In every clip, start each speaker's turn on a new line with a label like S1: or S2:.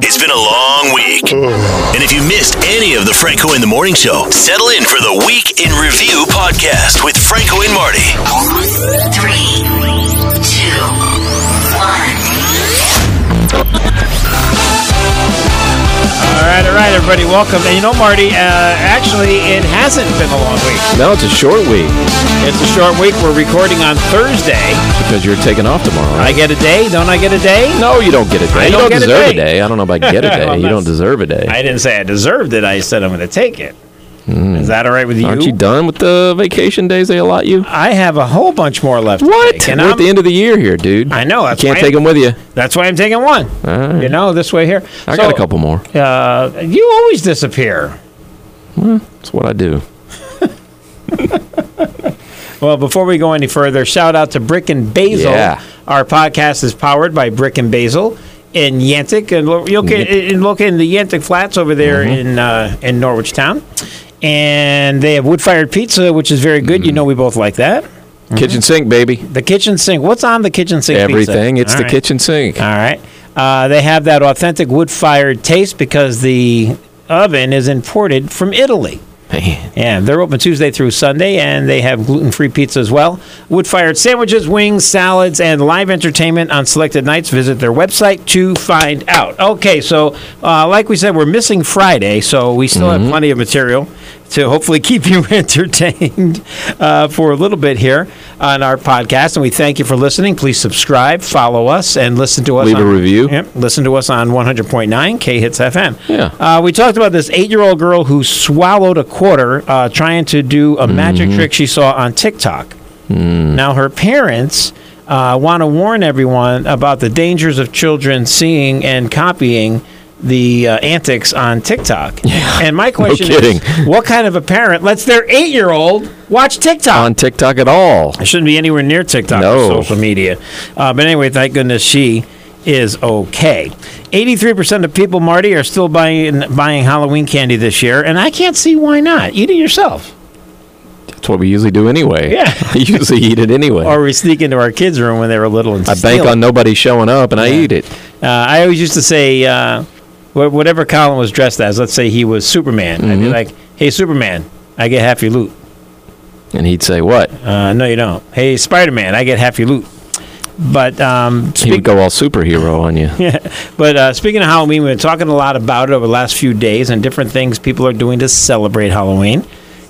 S1: It's been a long week. and if you missed any of the Franco in the Morning Show, settle in for the Week in Review podcast with Franco and Marty.
S2: Three, two, one.
S3: All right, all right, everybody, welcome. And you know, Marty, uh, actually, it hasn't been a long week.
S4: No, it's a short week
S3: It's a short week. We're recording on Thursday.
S4: because you're taking off tomorrow.
S3: I get a day, don't I get a day?
S4: no, you don't get a day.
S3: I
S4: you
S3: don't
S4: don't
S3: get a day.
S4: deserve a day. I don't know about get a day.
S3: Well,
S4: you
S3: that's-
S4: don't deserve a day.
S3: I didn't say I deserved it. I said I'm going to take it. Is that all right with you?
S4: Hmm. Aren't you done with the vacation days they allot you?
S3: I have a whole bunch more left. to
S4: What?
S3: take,
S4: We're
S3: and
S4: at
S3: I'm-
S4: the end of the year here, dude.
S3: I know. That's
S4: You can't
S3: why
S4: take them with you.
S3: That's why I'm taking one.
S4: right.
S3: You know, this way here.
S4: I
S3: So,
S4: got a couple more.
S3: Uh, you always disappear.
S4: That's what I do.
S3: Well, before we go any further, shout out to Brick and Basil.
S4: Yeah.
S3: Our podcast is powered by Brick and Basil in Yantic, and lo- you'll get in located in the Yantic Flats over there
S4: Mm-hmm.
S3: in uh, in Norwich Town. And they have wood fired pizza, which is very good. You
S4: Mm.
S3: know, we both like that.
S4: Kitchen sink, baby.
S3: The kitchen sink. What's on the kitchen sink? pizza?
S4: Everything. It's
S3: All
S4: the
S3: right.
S4: kitchen sink.
S3: All right. Uh, they have that authentic wood fired taste because the oven is imported from Italy.
S4: Man.
S3: Yeah, they're open Tuesday through Sunday, and they have gluten free pizza as well. Wood fired sandwiches, wings, salads, and live entertainment on selected nights. Visit their website to find out. Okay, so uh, like we said, we're missing Friday, so we still
S4: Mm-hmm.
S3: have plenty of material to hopefully keep you entertained uh, for a little bit here on our podcast. And we thank you for listening. Please subscribe, follow us, and listen to us.
S4: Leave a
S3: on-
S4: review.
S3: Yep, listen to us on 100.9 K Hits FM.
S4: Yeah.
S3: Uh, we talked about this eight year old girl who swallowed a quarter uh, trying to do a magic
S4: Mm-hmm.
S3: trick she saw on TikTok.
S4: Mm.
S3: Now, her parents uh, want to warn everyone about the dangers of children seeing and copying the uh, antics on TikTok. And my question
S4: kidding.
S3: is what kind of a parent lets their eight year old watch TikTok?
S4: On TikTok at all.
S3: I shouldn't be anywhere near TikTok or
S4: No.
S3: social media. Uh, but anyway, thank goodness she is okay. Eighty-three percent of people, Marty, are still buying buying Halloween candy this year, and I can't see why not. Eat it yourself,
S4: That's what we usually do anyway.
S3: Yeah.
S4: I usually eat it anyway.
S3: or we sneak into our kids' room when they were little and
S4: I
S3: steal
S4: bank
S3: it.
S4: on nobody showing up and I eat it.
S3: Uh, I always used to say, uh, wh- whatever Colin was dressed as, let's say he was Superman. I'd
S4: Mm-hmm.
S3: be like, "Hey, Superman, I get half your loot."
S4: And he'd say, What?
S3: Uh, no, you don't. Hey, Spider-Man, I get half your loot. But um,
S4: He
S3: speak-
S4: would go all superhero on you.
S3: But uh, speaking of Halloween, we've been talking a lot about it over the last few days and different things people are doing to celebrate Halloween.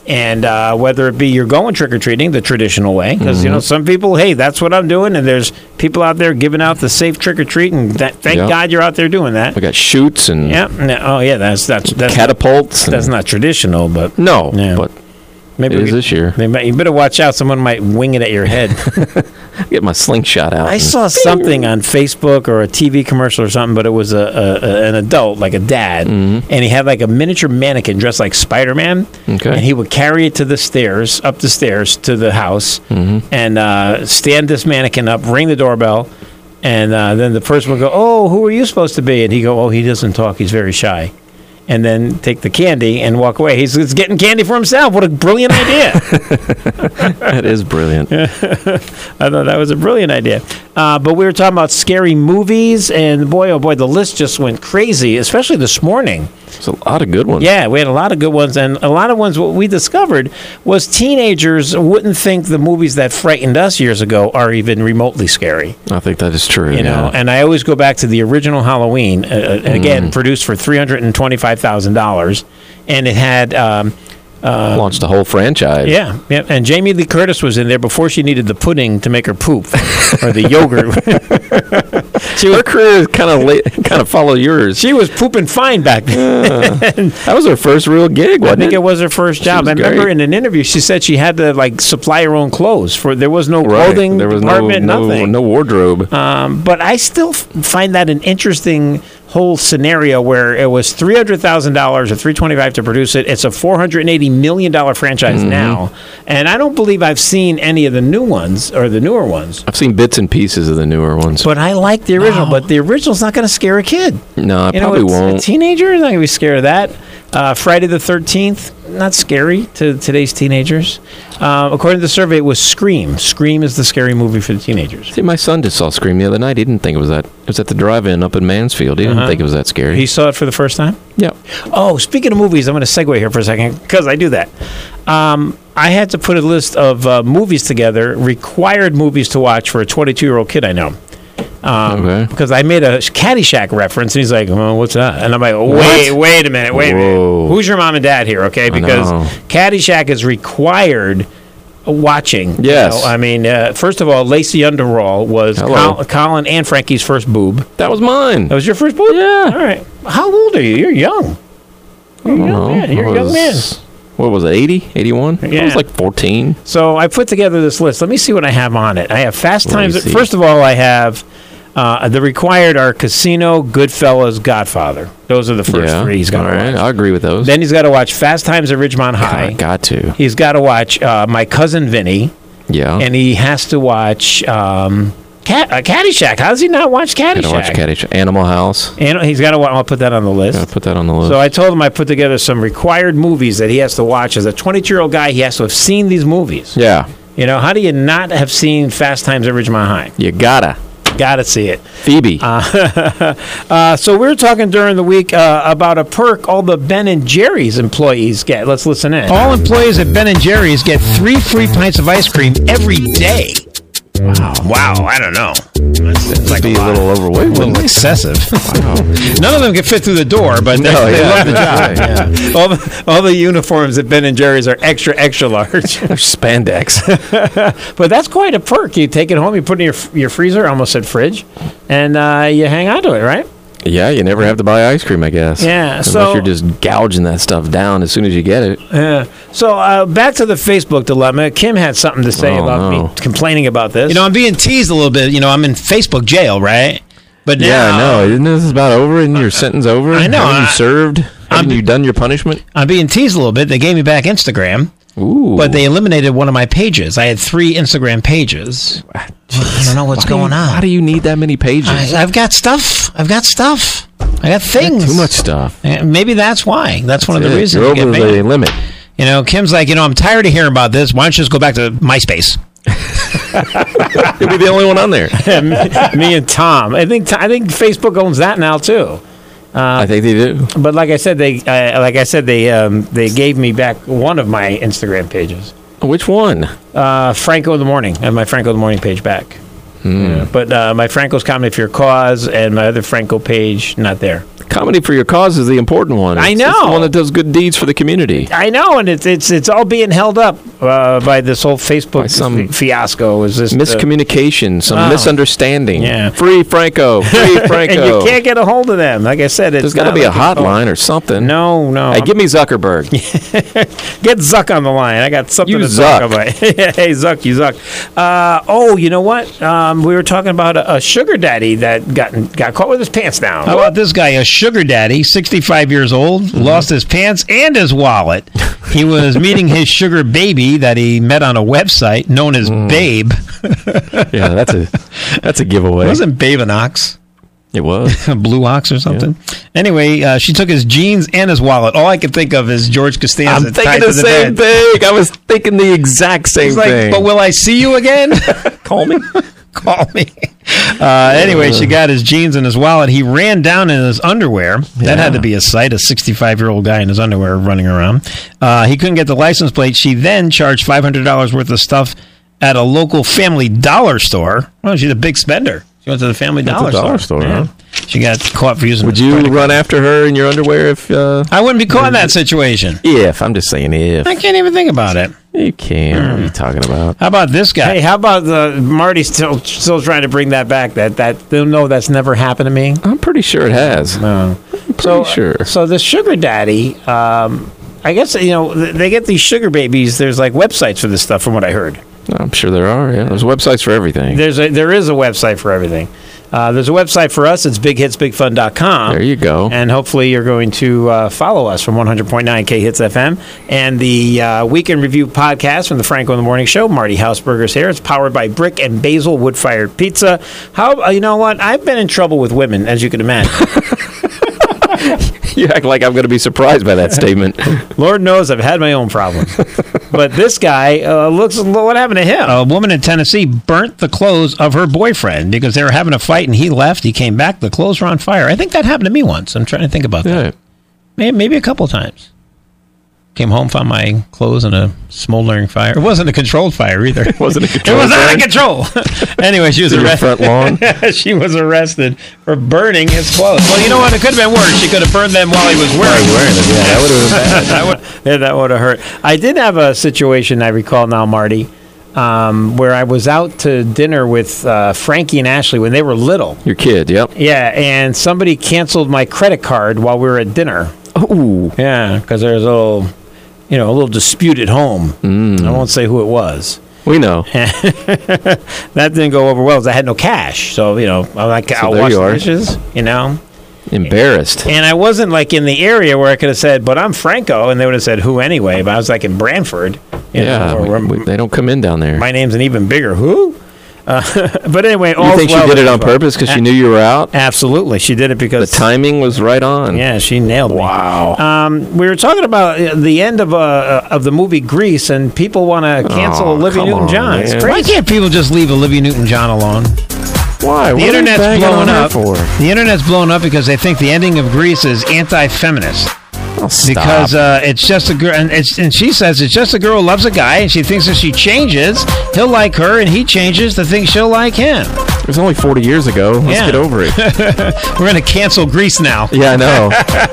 S3: And uh, whether it be you're going trick or treating the traditional way, because
S4: Mm-hmm.
S3: you know some people, hey, that's what I'm doing, and there's people out there giving out the safe trick or treat, and that, thank
S4: Yeah.
S3: God you're out there doing that.
S4: We got shoots and
S3: Yeah. No, oh yeah, that's that's that's
S4: catapults. and-
S3: that's not traditional, but
S4: No,
S3: Yeah.
S4: but
S3: maybe
S4: it
S3: we
S4: is
S3: could-
S4: this year.
S3: They might, you better watch out. Someone might wing it at your head.
S4: get my slingshot out.
S3: I
S4: and-
S3: saw something on Facebook or a TV commercial or something, but it was a, a, a an adult, like a dad,
S4: Mm-hmm.
S3: and he had like a miniature mannequin dressed like Spider Man,
S4: Okay.
S3: and he would carry it to the stairs, up the stairs to the house,
S4: Mm-hmm.
S3: and uh, stand this mannequin up, ring the doorbell, and uh, then the person would go, "Oh, who are you supposed to be?" And he go, "Oh, he doesn't talk. He's very shy." And then take the candy and walk away. He's, he's getting candy for himself. What a brilliant idea!
S4: that is brilliant.
S3: I thought that was a brilliant idea. Uh, but we were talking about scary movies, and boy, oh boy, the list just went crazy, especially this morning.
S4: There's a lot of good ones.
S3: Yeah, we had a lot of good ones, and a lot of ones what we discovered was teenagers wouldn't think the movies that frightened us years ago are even remotely scary.
S4: I think that is true.
S3: You know, and I always go back to the original Halloween, uh, uh, and again, produced for $325,000, and it had. Um,
S4: launched a whole franchise.
S3: yeah, yeah, and Jamie Lee Curtis was in there before she needed the pudding to make her poop, or the yogurt. she was
S4: Her career is kind of late, kind of follow yours.
S3: She was pooping fine back then.
S4: That was her first real gig,
S3: I
S4: wasn't
S3: think
S4: it?
S3: it was her first job.
S4: was
S3: I remember
S4: great.
S3: in an interview she said she had to like supply her own clothes for there was no clothing
S4: There was no,
S3: department,
S4: no,
S3: nothing.
S4: no wardrobe.
S3: Um, but I still f- find that an interesting whole scenario where it was three hundred thousand dollars or three twenty five to produce it. It's a four hundred and eighty million dollar franchise
S4: Mm-hmm.
S3: now, and I don't believe I've seen any of the new ones or the newer ones.
S4: I've seen bits and pieces of the newer ones.
S3: But I like the original. But the original's not going to scare a kid.
S4: no, I
S3: You know,
S4: probably
S3: it's-
S4: won't.
S3: A teenager is not going to be scared of that. Uh, Friday the 13th, not scary to today's teenagers. Uh, according to the survey, it was Scream. Scream is the scary movie for the teenagers.
S4: See, my son just saw Scream the other night. He didn't think it was that. It was at the drive-in up in Mansfield. He didn't
S3: Uh-huh.
S4: think it was that scary.
S3: He saw it for the first time?
S4: yeah.
S3: Oh, speaking of movies, I'm going to segue here for a second because I do that. Um, I had to put a list of uh, movies together, required movies to watch for a 22 year old kid I know. Um,
S4: Okay.
S3: Because I made a Caddyshack reference, and he's like, "Oh, what's that?" And I'm like, "Wait, wait a minute, wait a
S4: Whoa.
S3: minute. Who's your mom and dad here? Okay, because
S4: know.
S3: Caddyshack is required watching. you
S4: Yes.
S3: know? I mean, uh, first of all, Lacey Underall was
S4: Hello.
S3: Col- Colin and Frankie's first boob.
S4: That was mine.
S3: That was your first boob.
S4: Yeah.
S3: All right. How old are you? You're young. You're a young man. You're a young man.
S4: What was it? 80? 81? I
S3: Yeah.
S4: was like 14.
S3: So I put together this list. Let me see what I have on it. I have Fast
S4: Let me
S3: Times.
S4: see.
S3: First of all, I have uh, the required are Casino, Goodfellas, Godfather. Those are the first
S4: yeah.
S3: three he's got to
S4: All right.
S3: watch.
S4: I agree with those.
S3: Then he's got to watch Fast Times at Ridgemont
S4: I
S3: High.
S4: got to.
S3: He's got to watch uh, My Cousin Vinny,
S4: Yeah.
S3: and he has to watch um, Cat, uh, Caddyshack. How does he not watch Caddyshack?
S4: got to watch Caddyshack. Animal House.
S3: and he's got to watch. I'll put that on the list.
S4: Gotta put that on the list.
S3: So I told him I put together some required movies that he has to watch. As a 22 year old guy, he has to have seen these movies.
S4: yeah.
S3: You know, how do you not have seen Fast Times at Ridgemont High?
S4: You gotta.
S3: Gotta see it.
S4: Phoebe.
S3: Uh, so we were talking during the week uh, about a perk all the Ben and Jerry's employees get. Let's listen in. All employees at Ben and Jerry's get three free pints of ice cream every day. Wow. Wow. I don't know. It's like
S4: be a little overweight. wouldn't it?
S3: excessive. None of them could fit through the door, but they,
S4: No,
S3: they
S4: yeah.
S3: love the job. All, the, all the uniforms at Ben and Jerry's are extra, extra large.
S4: Spandex.
S3: but that's quite a perk. You take it home, you put it in your, f- your freezer, I almost said fridge, and uh, you hang on to it, right?
S4: yeah, you never have to buy ice cream, I guess.
S3: Yeah,
S4: Unless
S3: so-
S4: you're just gouging that stuff down as soon as you get it.
S3: Yeah. So uh, back to the Facebook dilemma. Kim had something to say
S4: Oh,
S3: about
S4: no.
S3: me complaining about this.
S5: You know, I'm being teased a little bit. You know, I'm in Facebook jail, right? But now,
S4: Yeah, I know. Isn't this about over and your sentence over?
S5: I know,
S4: Haven't you
S5: I-
S4: served? Haven't you done your punishment?
S5: I'm being teased a little bit. They gave me back Instagram,
S4: Ooh.
S5: but they eliminated one of my pages. I had three Instagram pages. I don't know what's going on.
S4: How Ah, do you need that many pages?
S5: I, I've got stuff. I've got stuff. I got things.
S4: Too much stuff.
S5: Uh, Maybe that's why. That's, one of the
S4: Yeah,
S5: reasons.
S4: You're
S5: I get
S4: over
S5: banned.
S4: the limit.
S5: You know, Kim's like, you know, I'm tired of hearing about this. Why don't you just go back to MySpace?
S4: You'll be the only one on there.
S3: me and Tom. I think I think Facebook owns that now too.
S4: I think they do.
S3: But like I said, they uh, like I said they um, they gave me back one of my Instagram pages.
S4: Which one?
S3: Uh, Franco in the morning. I have my Franco in the morning page back.
S4: Hmm.
S3: Yeah, but uh, my Franco's comedy for your cause and my other Franco page not there.
S4: Comedy for your cause is the important one.
S3: I
S4: It's- it's the
S3: know.
S4: one that does good deeds for the community.
S3: I know, and it's it's it's all being held up uh, by this whole Facebook
S4: By some
S3: fiasco. Is this
S4: Miscommunication, some
S3: Oh.
S4: misunderstanding.
S3: Yeah.
S4: Free Franco. Free
S3: and
S4: Franco.
S3: you can't get a hold of them? Like I said, it's
S4: There's got to
S3: not
S4: be a
S3: like it's-
S4: hotline or something.
S3: No, no.
S4: Hey, give me Zuckerberg.
S3: Get Zuck on the line. I got something
S4: You
S3: to
S4: Zuck.
S3: talk about. hey, Zuck, you Zuck. Uh, oh, you know what? Um, we were talking about a, a sugar daddy that got got caught with his pants down. Mm-hmm.
S5: How about this guy, a sugar daddy, 65 years old, lost his pants and his wallet. He was meeting his sugar baby that he met on a website known as
S3: Mm.
S5: Babe.
S4: yeah, that's a that's a giveaway.
S5: Wasn't Babe an ox?
S4: It was.
S5: A blue ox or something? Anyway, uh, she took his jeans and his wallet. All I can think of is George Costanza.
S4: I'm
S5: tied
S4: thinking
S5: to
S4: the same
S5: bed.
S4: thing. I was thinking the exact same
S5: He's like,
S4: thing.
S5: but will I see you again?
S4: call me.
S5: Call me. Uh, anyway, she got his jeans and his wallet. He ran down in his underwear. That had to be a sight, a 65 year old guy in his underwear running around. Uh, he couldn't get the license plate. She then charged $500 worth of stuff at a local family dollar store. Well, she's a big spender. She went to the family dollar,
S4: dollar store,
S5: Yeah. She got caught for using
S4: Would
S5: her
S4: you
S5: credit-
S4: run after her in your underwear if? Uh,
S5: I wouldn't be caught in that situation.
S4: if I'm just saying if
S5: I can't even think about it.
S4: you can. What are you talking about?
S5: How about this guy?
S3: Hey, how about the Marty's still still trying to bring that back? That that no, that's never happened to me.
S4: I'm pretty sure it has.
S3: No.
S4: Pretty
S3: So
S4: sure.
S3: So the sugar daddy, um, I guess you know th- they get these sugar babies. There's like websites for this stuff, from what I heard.
S4: I'm sure there are. Yeah, there's websites for everything.
S3: There's a there is a website for everything. Uh, there's a website for us. It's bighitsbigfun.com.
S4: There you go.
S3: And hopefully you're going to uh, follow us from 100.9 K Hits FM and the uh, Weekend Review podcast from the Franco in the Morning Show. Marty Hausberger's here. It's powered by Brick and Basil Wood Fired Pizza. How uh, you know what? I've been in trouble with women, as you can imagine.
S4: You act like I'm going to be surprised by that statement.
S3: Lord knows I've had my own problems. but this guy uh, looks. What happened to him?
S5: A woman in Tennessee burnt the clothes of her boyfriend because they were having a fight and he left. He came back. The clothes were on fire. I think that happened to me once. I'm trying to think about that.
S4: yeah.
S5: May Maybe a couple times. Came home, found my clothes in a smoldering fire. It wasn't a controlled fire either. It
S4: Wasn't a
S5: It
S4: controlled
S5: was out of
S4: burn?
S5: control. anyway, she was
S4: Your
S5: arrested.
S4: front lawn.
S5: she was arrested for burning his clothes. Well, you know what? It could have been worse. She could have burned them while he was wearing them.
S4: Yeah, that would have
S3: that would
S4: been bad.
S3: yeah, that would have hurt. I did have a situation I recall now, Marty, um, where I was out to dinner with uh, Frankie and Ashley when they were little.
S4: Your kid, yep.
S3: Yeah, and somebody canceled my credit card while we were at dinner.
S4: Ooh.
S3: Yeah, because there was a little, you know, a little dispute at home. Mm. I won't say who it was.
S4: We know.
S3: That didn't go over well because I had no cash. So you know, I'm like, I'll
S4: there
S3: wash
S4: you
S3: the
S4: are.
S3: dishes. You know.
S4: Embarrassed.
S3: And I wasn't like in the area where I could have said, but I'm Franco. And they would have said, who anyway? But I was like in Branford. you
S4: Yeah,
S3: know,
S4: we-
S3: where
S4: we- they don't come in down there.
S3: my name's an even bigger who? Uh, but anyway,
S4: You
S3: all
S4: think she did it on purpose because she knew you were out?
S3: Absolutely. She did it
S4: The
S3: because.
S4: timing was right on.
S3: Yeah, she nailed me.
S4: Wow.
S3: Um, we were talking about uh, the end of uh, of the movie Grease, and people want to cancel
S4: Oh,
S3: Olivia
S4: come on,
S3: Newton John.
S4: man.
S3: It's
S5: Why
S3: crazy.
S5: can't people just leave Olivia Newton-John alone?
S4: Why?
S5: The internet's blown up.
S4: For?
S5: The internet's blown up because they think the ending of Greece is anti-feminist.
S4: Oh,
S5: Because uh, it's just a girl, and, it's, and she says it's just a girl who loves a guy, and she thinks if she changes, he'll like her, and he changes to think she'll like him.
S4: It was only 40 years ago. Let's
S5: Yeah.
S4: get over it.
S5: We're gonna cancel Greece now.
S4: yeah, I know.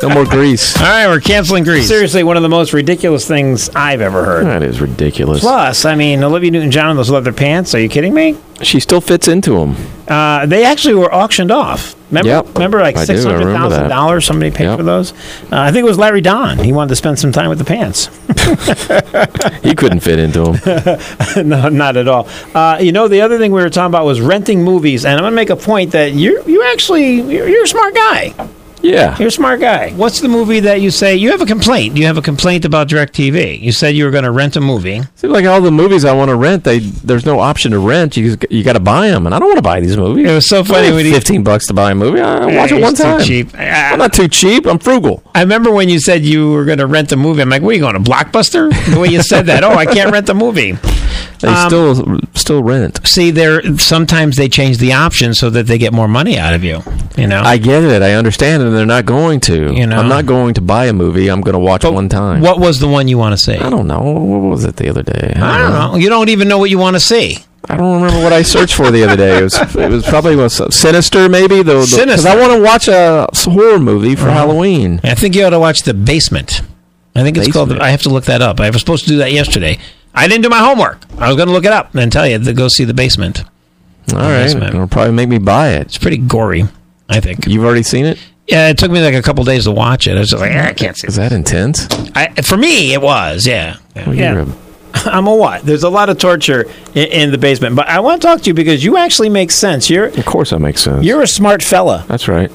S4: No more grease.
S5: All right, we're canceling Greece.
S3: Seriously, one of the most ridiculous things I've ever heard.
S4: That is ridiculous.
S3: Plus, I mean, Olivia Newton John in those leather pants. Are you kidding me?
S4: She still fits into him.
S3: Uh, they actually were auctioned off. Remember,
S4: Yep.
S3: remember like
S4: I do, I
S3: six hundred
S4: remember
S3: thousand dollars somebody paid
S4: Yep.
S3: for those. Uh, I think it was Larry Don. He wanted to spend some time with the pants.
S4: He couldn't fit into him.
S3: no, not at all. Uh, you know, the other thing we were talking about was renting movies, and I'm gonna make a point that you you actually you're, you're a smart guy.
S4: Yeah.
S3: You're a smart guy.
S5: What's the movie that you say you have a complaint? You have a complaint about DirecTV. You said you were going to rent a movie.
S4: Seems like all the movies I want to rent, they there's no option to rent. You just- you got to buy them, and I don't want to buy these movies.
S5: It was so funny
S4: Only
S5: when he-
S4: fifteen bucks to buy a movie. I I watch
S5: Yeah,
S4: it
S5: it's
S4: one
S5: too
S4: time.
S5: cheap. Ah.
S4: I'm not too cheap. I'm frugal.
S5: I remember when you said you were going to rent a movie. I'm like, what are you going to Blockbuster? The way you said that. Oh, I can't rent the movie.
S4: They
S5: Um,
S4: still still rent.
S5: See, there sometimes they change the option so that they get more money out of you. You know,
S4: I get it. I understand, and they're not going to.
S5: You know.
S4: I'm not going to buy a movie. I'm going to watch one time.
S5: What was the one you want to see?
S4: I don't know. What was it the other day?
S5: I don't know. You don't even know what you want to see.
S4: I don't remember what I searched for the other day. It was, it was probably was sinister, maybe. The, the, 'cause
S5: Sinister.
S4: I want to watch a horror movie for Halloween.
S5: I think you ought to watch The Basement. I think it's called.
S4: Basement.
S5: I have to look that up. I was supposed to do that yesterday. I didn't do my homework. I was going to look it up and tell you to go see The Basement.
S4: All right,
S5: Basement.
S4: it'll probably make me buy it.
S5: It's pretty gory. I think.
S4: You've already seen it?
S5: Yeah, it took me like a couple days to watch it. I was just like, "Ah, I can't see.
S4: Is that intense?
S5: This. I, for me, it was. Yeah. Yeah.
S4: Well,
S3: Yeah.
S4: you're a-
S3: I'm a what? There's a lot of torture in, in the basement, but I want to talk to you because you actually make sense. You're
S4: of course, that makes sense.
S3: you're a smart fella.
S4: That's right.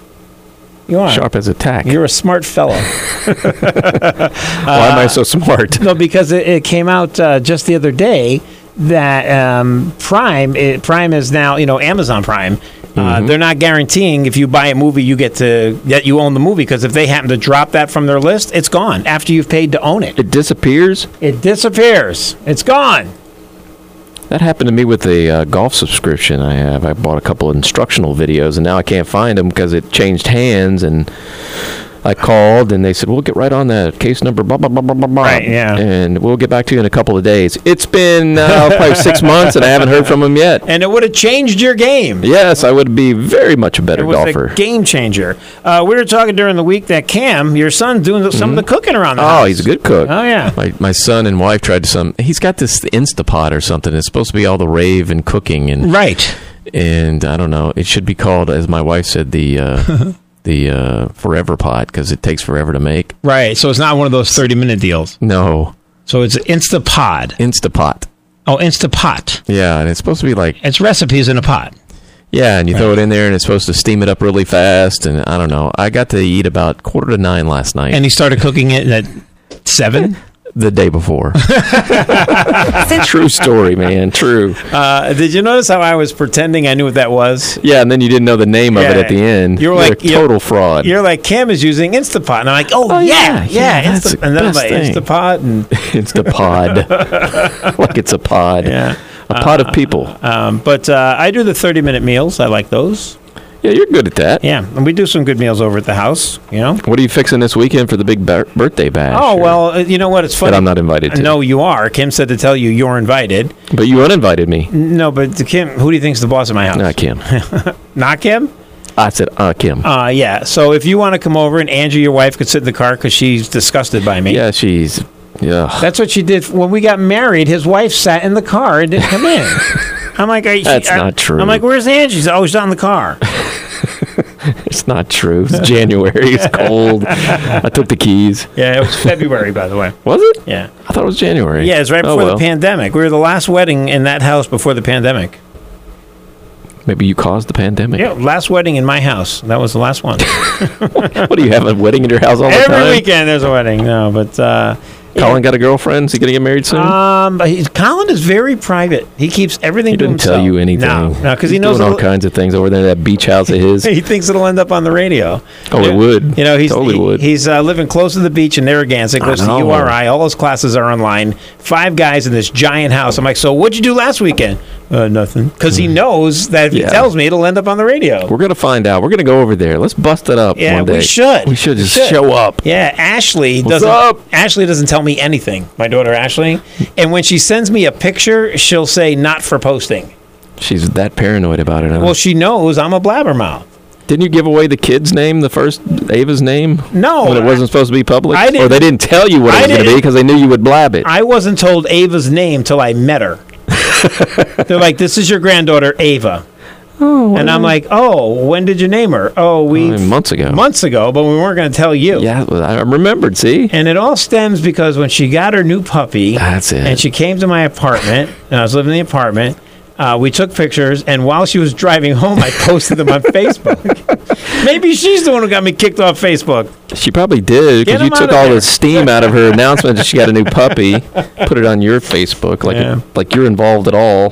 S3: You are.
S4: Sharp as a tack.
S3: You're a smart fella.
S4: Why am I so smart?
S3: No, because it, it came out uh, just the other day that um, Prime it, Prime is now you know Amazon Prime.
S4: Mm-hmm.
S3: Uh, they're not guaranteeing if you buy a movie you get to that you own the movie because if they happen to drop that from their list, it's gone after you've paid to own it.
S4: It disappears.
S3: It disappears. It's gone.
S4: That happened to me with the uh, golf subscription I have. I bought a couple of instructional videos, and now I can't find them because it changed hands. And I called, and they said, "We'll get right on that case number." Blah blah blah blah blah. blah."
S3: Right, yeah.
S4: And we'll get back to you in a couple of days. It's been uh, probably six months, and I haven't heard from them yet.
S3: And it would have changed your game.
S4: Yes, I would be very much a better
S3: It was
S4: golfer.
S3: a game changer. Uh, we were talking during the week that Cam, your son's doing some of the cooking around the house.
S4: Oh, he's a good cook.
S3: Oh, yeah.
S4: My my son and wife tried some. He's got this Instapot or something. It's supposed to be all the rave and cooking and
S5: Right.
S4: and I don't know. It should be called, as my wife said, the uh, the uh, forever pot because it takes forever to make.
S5: Right. So it's not one of those 30 minute deals.
S4: No,
S5: So it's Instapod.
S4: Instapot.
S5: Oh, Instapot.
S4: Yeah, and it's supposed to be like
S5: It's recipes in a pot.
S4: yeah, and you throw it in there, and it's supposed to steam it up really fast. And I don't know. I got to eat about quarter to nine last night.
S5: And he started cooking it at seven.
S4: the day before. True story, man. True.
S3: Uh, did you notice how I was pretending I knew what that was?
S4: Yeah, and then you didn't know the name of it
S3: Yeah.
S4: at the end.
S3: You're like-
S4: a
S3: you're-
S4: total fraud.
S3: You're like Cam is using Instapot, and I'm like, oh,
S4: Oh,
S3: yeah,
S4: yeah,
S3: yeah,
S4: yeah, that's
S3: Insta-
S4: the
S3: and then I'm
S4: best
S3: like
S4: thing.
S3: Instapot, and
S4: it's the pod. like it's a pod.
S3: Yeah.
S4: A pod of people.
S3: um, but uh, I do the 30 minute meals. I like those.
S4: Yeah, you're good at that.
S3: Yeah, and we do some good meals over at the house. You know.
S4: What are you fixing this weekend for the big bir- birthday bash?
S3: Oh
S4: or-
S3: well, uh, you know what? It's funny.
S4: That I'm not invited to.
S3: No, you are. Kim said to tell you you're invited.
S4: But you uninvited me.
S3: No, but to Kim, who do you think's the boss of my house?
S4: Ah, Kim.
S3: Not Kim.
S4: I said, ah, Kim.
S3: Uh, yeah. So if you want to come over and Angie, your wife, could sit in the car because she's disgusted by me.
S4: yeah, she's. Yeah.
S3: That's what she did when we got married. His wife sat in the car and didn't come in. I'm like, Are you,
S4: That's
S3: I-
S4: not true.
S3: I'm like, where's Angie? "Oh, She's always on the car.
S4: It's not true. It's January. It's cold. I took the keys.
S3: Yeah, it was February, by the way.
S4: Was it?
S3: Yeah,
S4: I thought it was January.
S3: yeah, it's right
S4: Oh,
S3: before
S4: well.
S3: the pandemic. We were the last wedding in that house before the pandemic.
S4: Maybe you caused the pandemic.
S3: Yeah, last wedding in my house. That was the last one.
S4: What do you have a wedding in your house all the time?
S3: Every weekend there's a wedding. No, but uh,
S4: Colin got a girlfriend. Is he gonna get married soon?
S3: Um, but he's, Colin is very private. He keeps everything.
S4: he
S3: to
S4: didn't tell
S3: himself.
S4: you anything.
S3: No, no, because he
S4: He's
S3: knows
S4: doing all
S3: it'll-
S4: kinds of things over there. That beach house of his.
S3: he thinks it'll end up on the radio.
S4: Oh, it would.
S3: You know, he's
S4: totally
S3: he-
S4: would.
S3: he's uh, living close to the beach in Narragansett. Goes to
S4: know.
S3: URI. All his classes are online. Five guys in this giant house. I'm like, so what'd you do last weekend? Uh, nothing. Because he knows that if he
S4: Yeah.
S3: tells me, it'll end up on the radio.
S4: We're gonna find out. We're gonna go over there. Let's bust it up
S3: Yeah,
S4: one
S3: we
S4: day.
S3: should.
S4: We should
S3: We
S4: just
S3: should.
S4: show up.
S3: Yeah, Ashley
S4: What's
S3: doesn't.
S4: up?
S3: Ashley doesn't tell me anything. My daughter Ashley, and when she sends me a picture, she'll say not for posting.
S4: She's that paranoid about it. Huh?
S3: Well, she knows I'm a blabbermouth.
S4: didn't you give away the kid's name, the first Ava's name?
S3: No,
S4: when it
S3: I-
S4: wasn't supposed to be public,
S3: I
S4: or
S3: didn't-
S4: they didn't tell you what
S3: I
S4: it was going to be
S3: didn't-
S4: because they knew you would blab it.
S3: I wasn't told Ava's name till I met her. They're like, "This is your granddaughter, Ava." Oh, and I'm like, "Oh, when did you name her?" Oh, we
S4: Uh, months ago.
S3: Months ago, but we weren't going to tell you.
S4: yeah, well, I remembered. See,
S3: And it all stems because when she got her new puppy,
S4: That's it.
S3: And she came to my apartment, and I was living in the apartment. Uh, we took pictures, and while she was driving home, I posted them on Facebook. Maybe she's the one who got me kicked off Facebook.
S4: she probably
S3: Get
S4: did because you
S3: him
S4: took
S3: outta
S4: all
S3: there.
S4: the steam out of her announcement that she got a new puppy. Put it on your Facebook, like
S3: Yeah.
S4: like you're involved at all.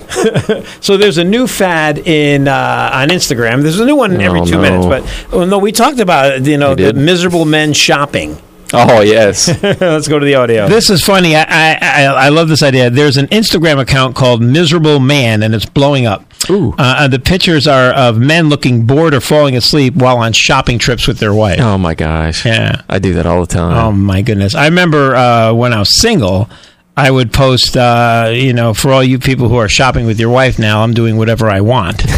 S3: So there's a new fad in uh, on Instagram. There's a new one every
S4: Oh,
S3: two
S4: no.
S3: minutes. But well, no, we talked about it. You know,
S4: We
S3: the
S4: did?
S3: miserable men shopping.
S4: Oh yes,
S3: Let's go to the audio.
S5: This is funny. I, I I I love this idea. There's an Instagram account called Miserable Man, and it's blowing up.
S4: Ooh.
S5: Uh, and the pictures are of men looking bored or falling asleep while on shopping trips with their wife.
S4: oh my gosh,
S5: Yeah.
S4: I do that all the time.
S3: Um,
S5: Oh my goodness! I remember uh, when I was single, I would post, uh, you know, for all you people who are shopping with your wife now, I'm doing whatever I want.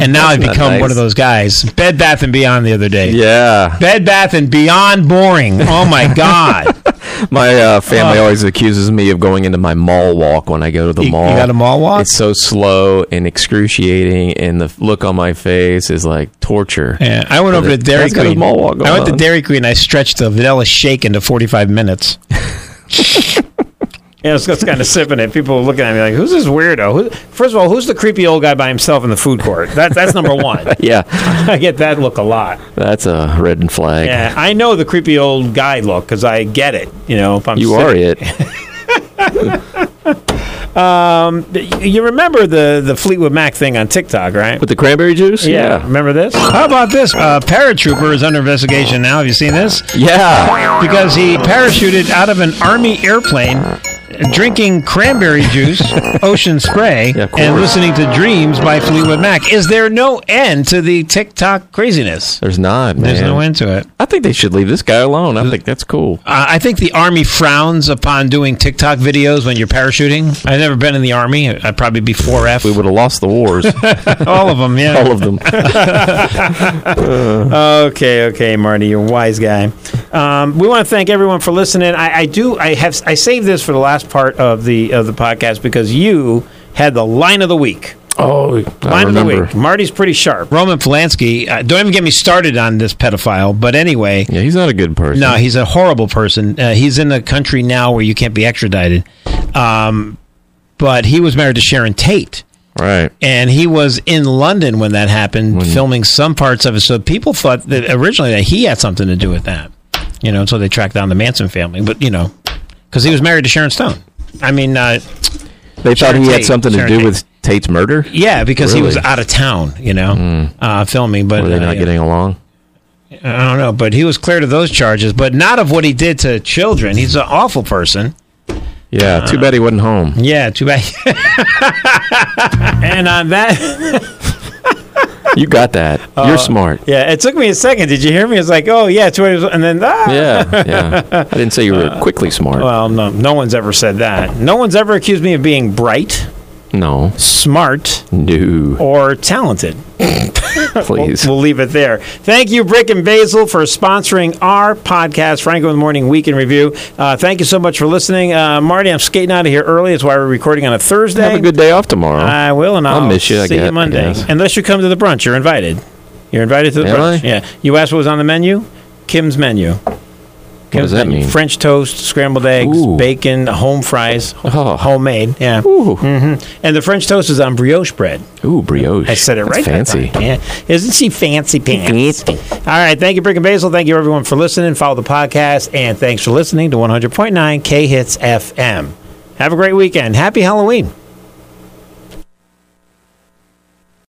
S5: And now I've
S4: not
S5: become one
S4: nice.
S5: of those guys. Bed Bath and Beyond the other day.
S4: yeah,
S5: Bed Bath and Beyond boring. Oh my god!
S4: my uh, family always accuses me of going into my mall walk when I go to the
S5: Uh-huh. You- you
S4: mall.
S5: got a mall walk?
S4: It's so slow and excruciating, and the look on my face is like torture.
S5: Yeah, I went over to
S4: it-
S5: Dairy
S4: that's got a
S5: Queen.
S4: mall walk
S5: I
S4: going
S5: went to
S4: on.
S5: Dairy Queen. I stretched the vanilla shake into 45 minutes.
S3: Yeah, I was just kind of sipping it. People were looking at me like, "Who's this weirdo?" Who, first of all, who's the creepy old guy by himself in the food court? That, that's number one.
S4: Yeah,
S3: I get that look a lot.
S4: that's a red flag.
S3: Yeah, I know the creepy old guy look because I get it. You know, if I'm
S4: You
S3: sipping-
S4: are it.
S3: You remember the the Fleetwood Mac thing on TikTok, right?
S4: With the cranberry juice?
S3: Remember this?
S5: How about this? Uh, paratrooper is under investigation now. Have you seen this?
S4: Yeah.
S5: Because he parachuted out of an army airplane, drinking cranberry juice, ocean spray,
S4: Yeah, of course.
S5: and listening to "Dreams" by Fleetwood Mac. Is there no end to the TikTok craziness?
S4: There's not, man.
S5: There's no end to it.
S4: I think they should leave this guy alone. I think that's cool.
S5: Uh, I think the army frowns upon doing TikTok videos when you're parachuting. I've never been in the army. I'd probably be 4F.
S4: We would have lost the wars,
S5: all of them. Yeah.
S4: all of them.
S3: Okay, okay, Marty, you're a wise guy. Um, we want to thank everyone for listening. I, I do. I have. I saved this for the last part of the of the podcast because you had the line of the week.
S4: Oh, I
S3: Line of the
S4: remember.
S3: week. Marty's pretty sharp.
S5: Roman Polanski. Uh, don't even get me started on this pedophile. But anyway,
S4: Yeah, he's not a good person.
S5: no, he's a horrible person. Uh, he's in a country now where you can't be extradited. Um, but he was married to Sharon Tate,
S4: right.
S5: and he was in London when that happened, filming some parts of it. So people thought that originally that he had something to do with that. You know, so they tracked down the Manson family. But you know, because he was married to Sharon Stone. I mean, uh,
S4: They thought
S5: Sharon
S4: he had
S5: Tate.
S4: something to
S5: Sharon
S4: do
S5: Tate.
S4: with Tate's murder.
S5: yeah, because he was
S4: Really? Hmm.
S5: out of town, you know, uh, filming. But
S4: Were they
S5: uh,
S4: not
S5: yeah.
S4: getting along?
S5: I don't know, but he was cleared of those charges, but not of what he did to children. He's an awful person.
S4: Yeah.
S3: Uh-huh.
S4: Too bad he wasn't home.
S5: Yeah, too bad. uh,
S3: And on that,
S4: You got that.
S3: Uh,
S4: You're smart.
S3: yeah, it took me a second. Did you hear me? It's like, oh yeah, it's what it was- and then ah.
S4: Yeah. Yeah. I didn't say you were quickly smart.
S3: Uh, Well, no, no one's ever said that. No one's ever accused me of being bright,
S4: no.
S3: smart,
S4: No.
S3: or talented.
S4: Please.
S3: We'll leave it there. Thank you, Brick and Basil, for sponsoring our podcast, Franco in the Morning Week in Review. Uh, thank you so much for listening. Uh, Marty, I'm skating out of here early. That's why we're recording on a Thursday.
S4: Have a good day off tomorrow.
S3: I will, and I'll,
S4: I'll miss you, I
S3: See
S4: guess-
S3: you
S4: I
S3: Monday,
S4: guess.
S3: unless you come to the brunch. You're invited. You're invited to the
S4: Am
S3: brunch.
S4: I?
S3: Yeah. You asked what was on the menu. Kim's menu.
S4: what does that
S3: menu.
S4: mean?
S3: French toast, scrambled eggs,
S4: Ooh.
S3: bacon, home fries,
S4: Oh.
S3: homemade. Yeah.
S4: Ooh.
S3: And the French toast is on brioche bread.
S4: Ooh, brioche.
S3: Mm-hmm. I said it
S4: That's
S3: right. that
S4: Fancy.
S3: time. Yeah. Isn't she fancy pants? All right. Thank you, Brick and Basil. Thank you, everyone, for listening. Follow the podcast. And thanks for listening to 100.9 K Hits FM. Have a great weekend. Happy Halloween.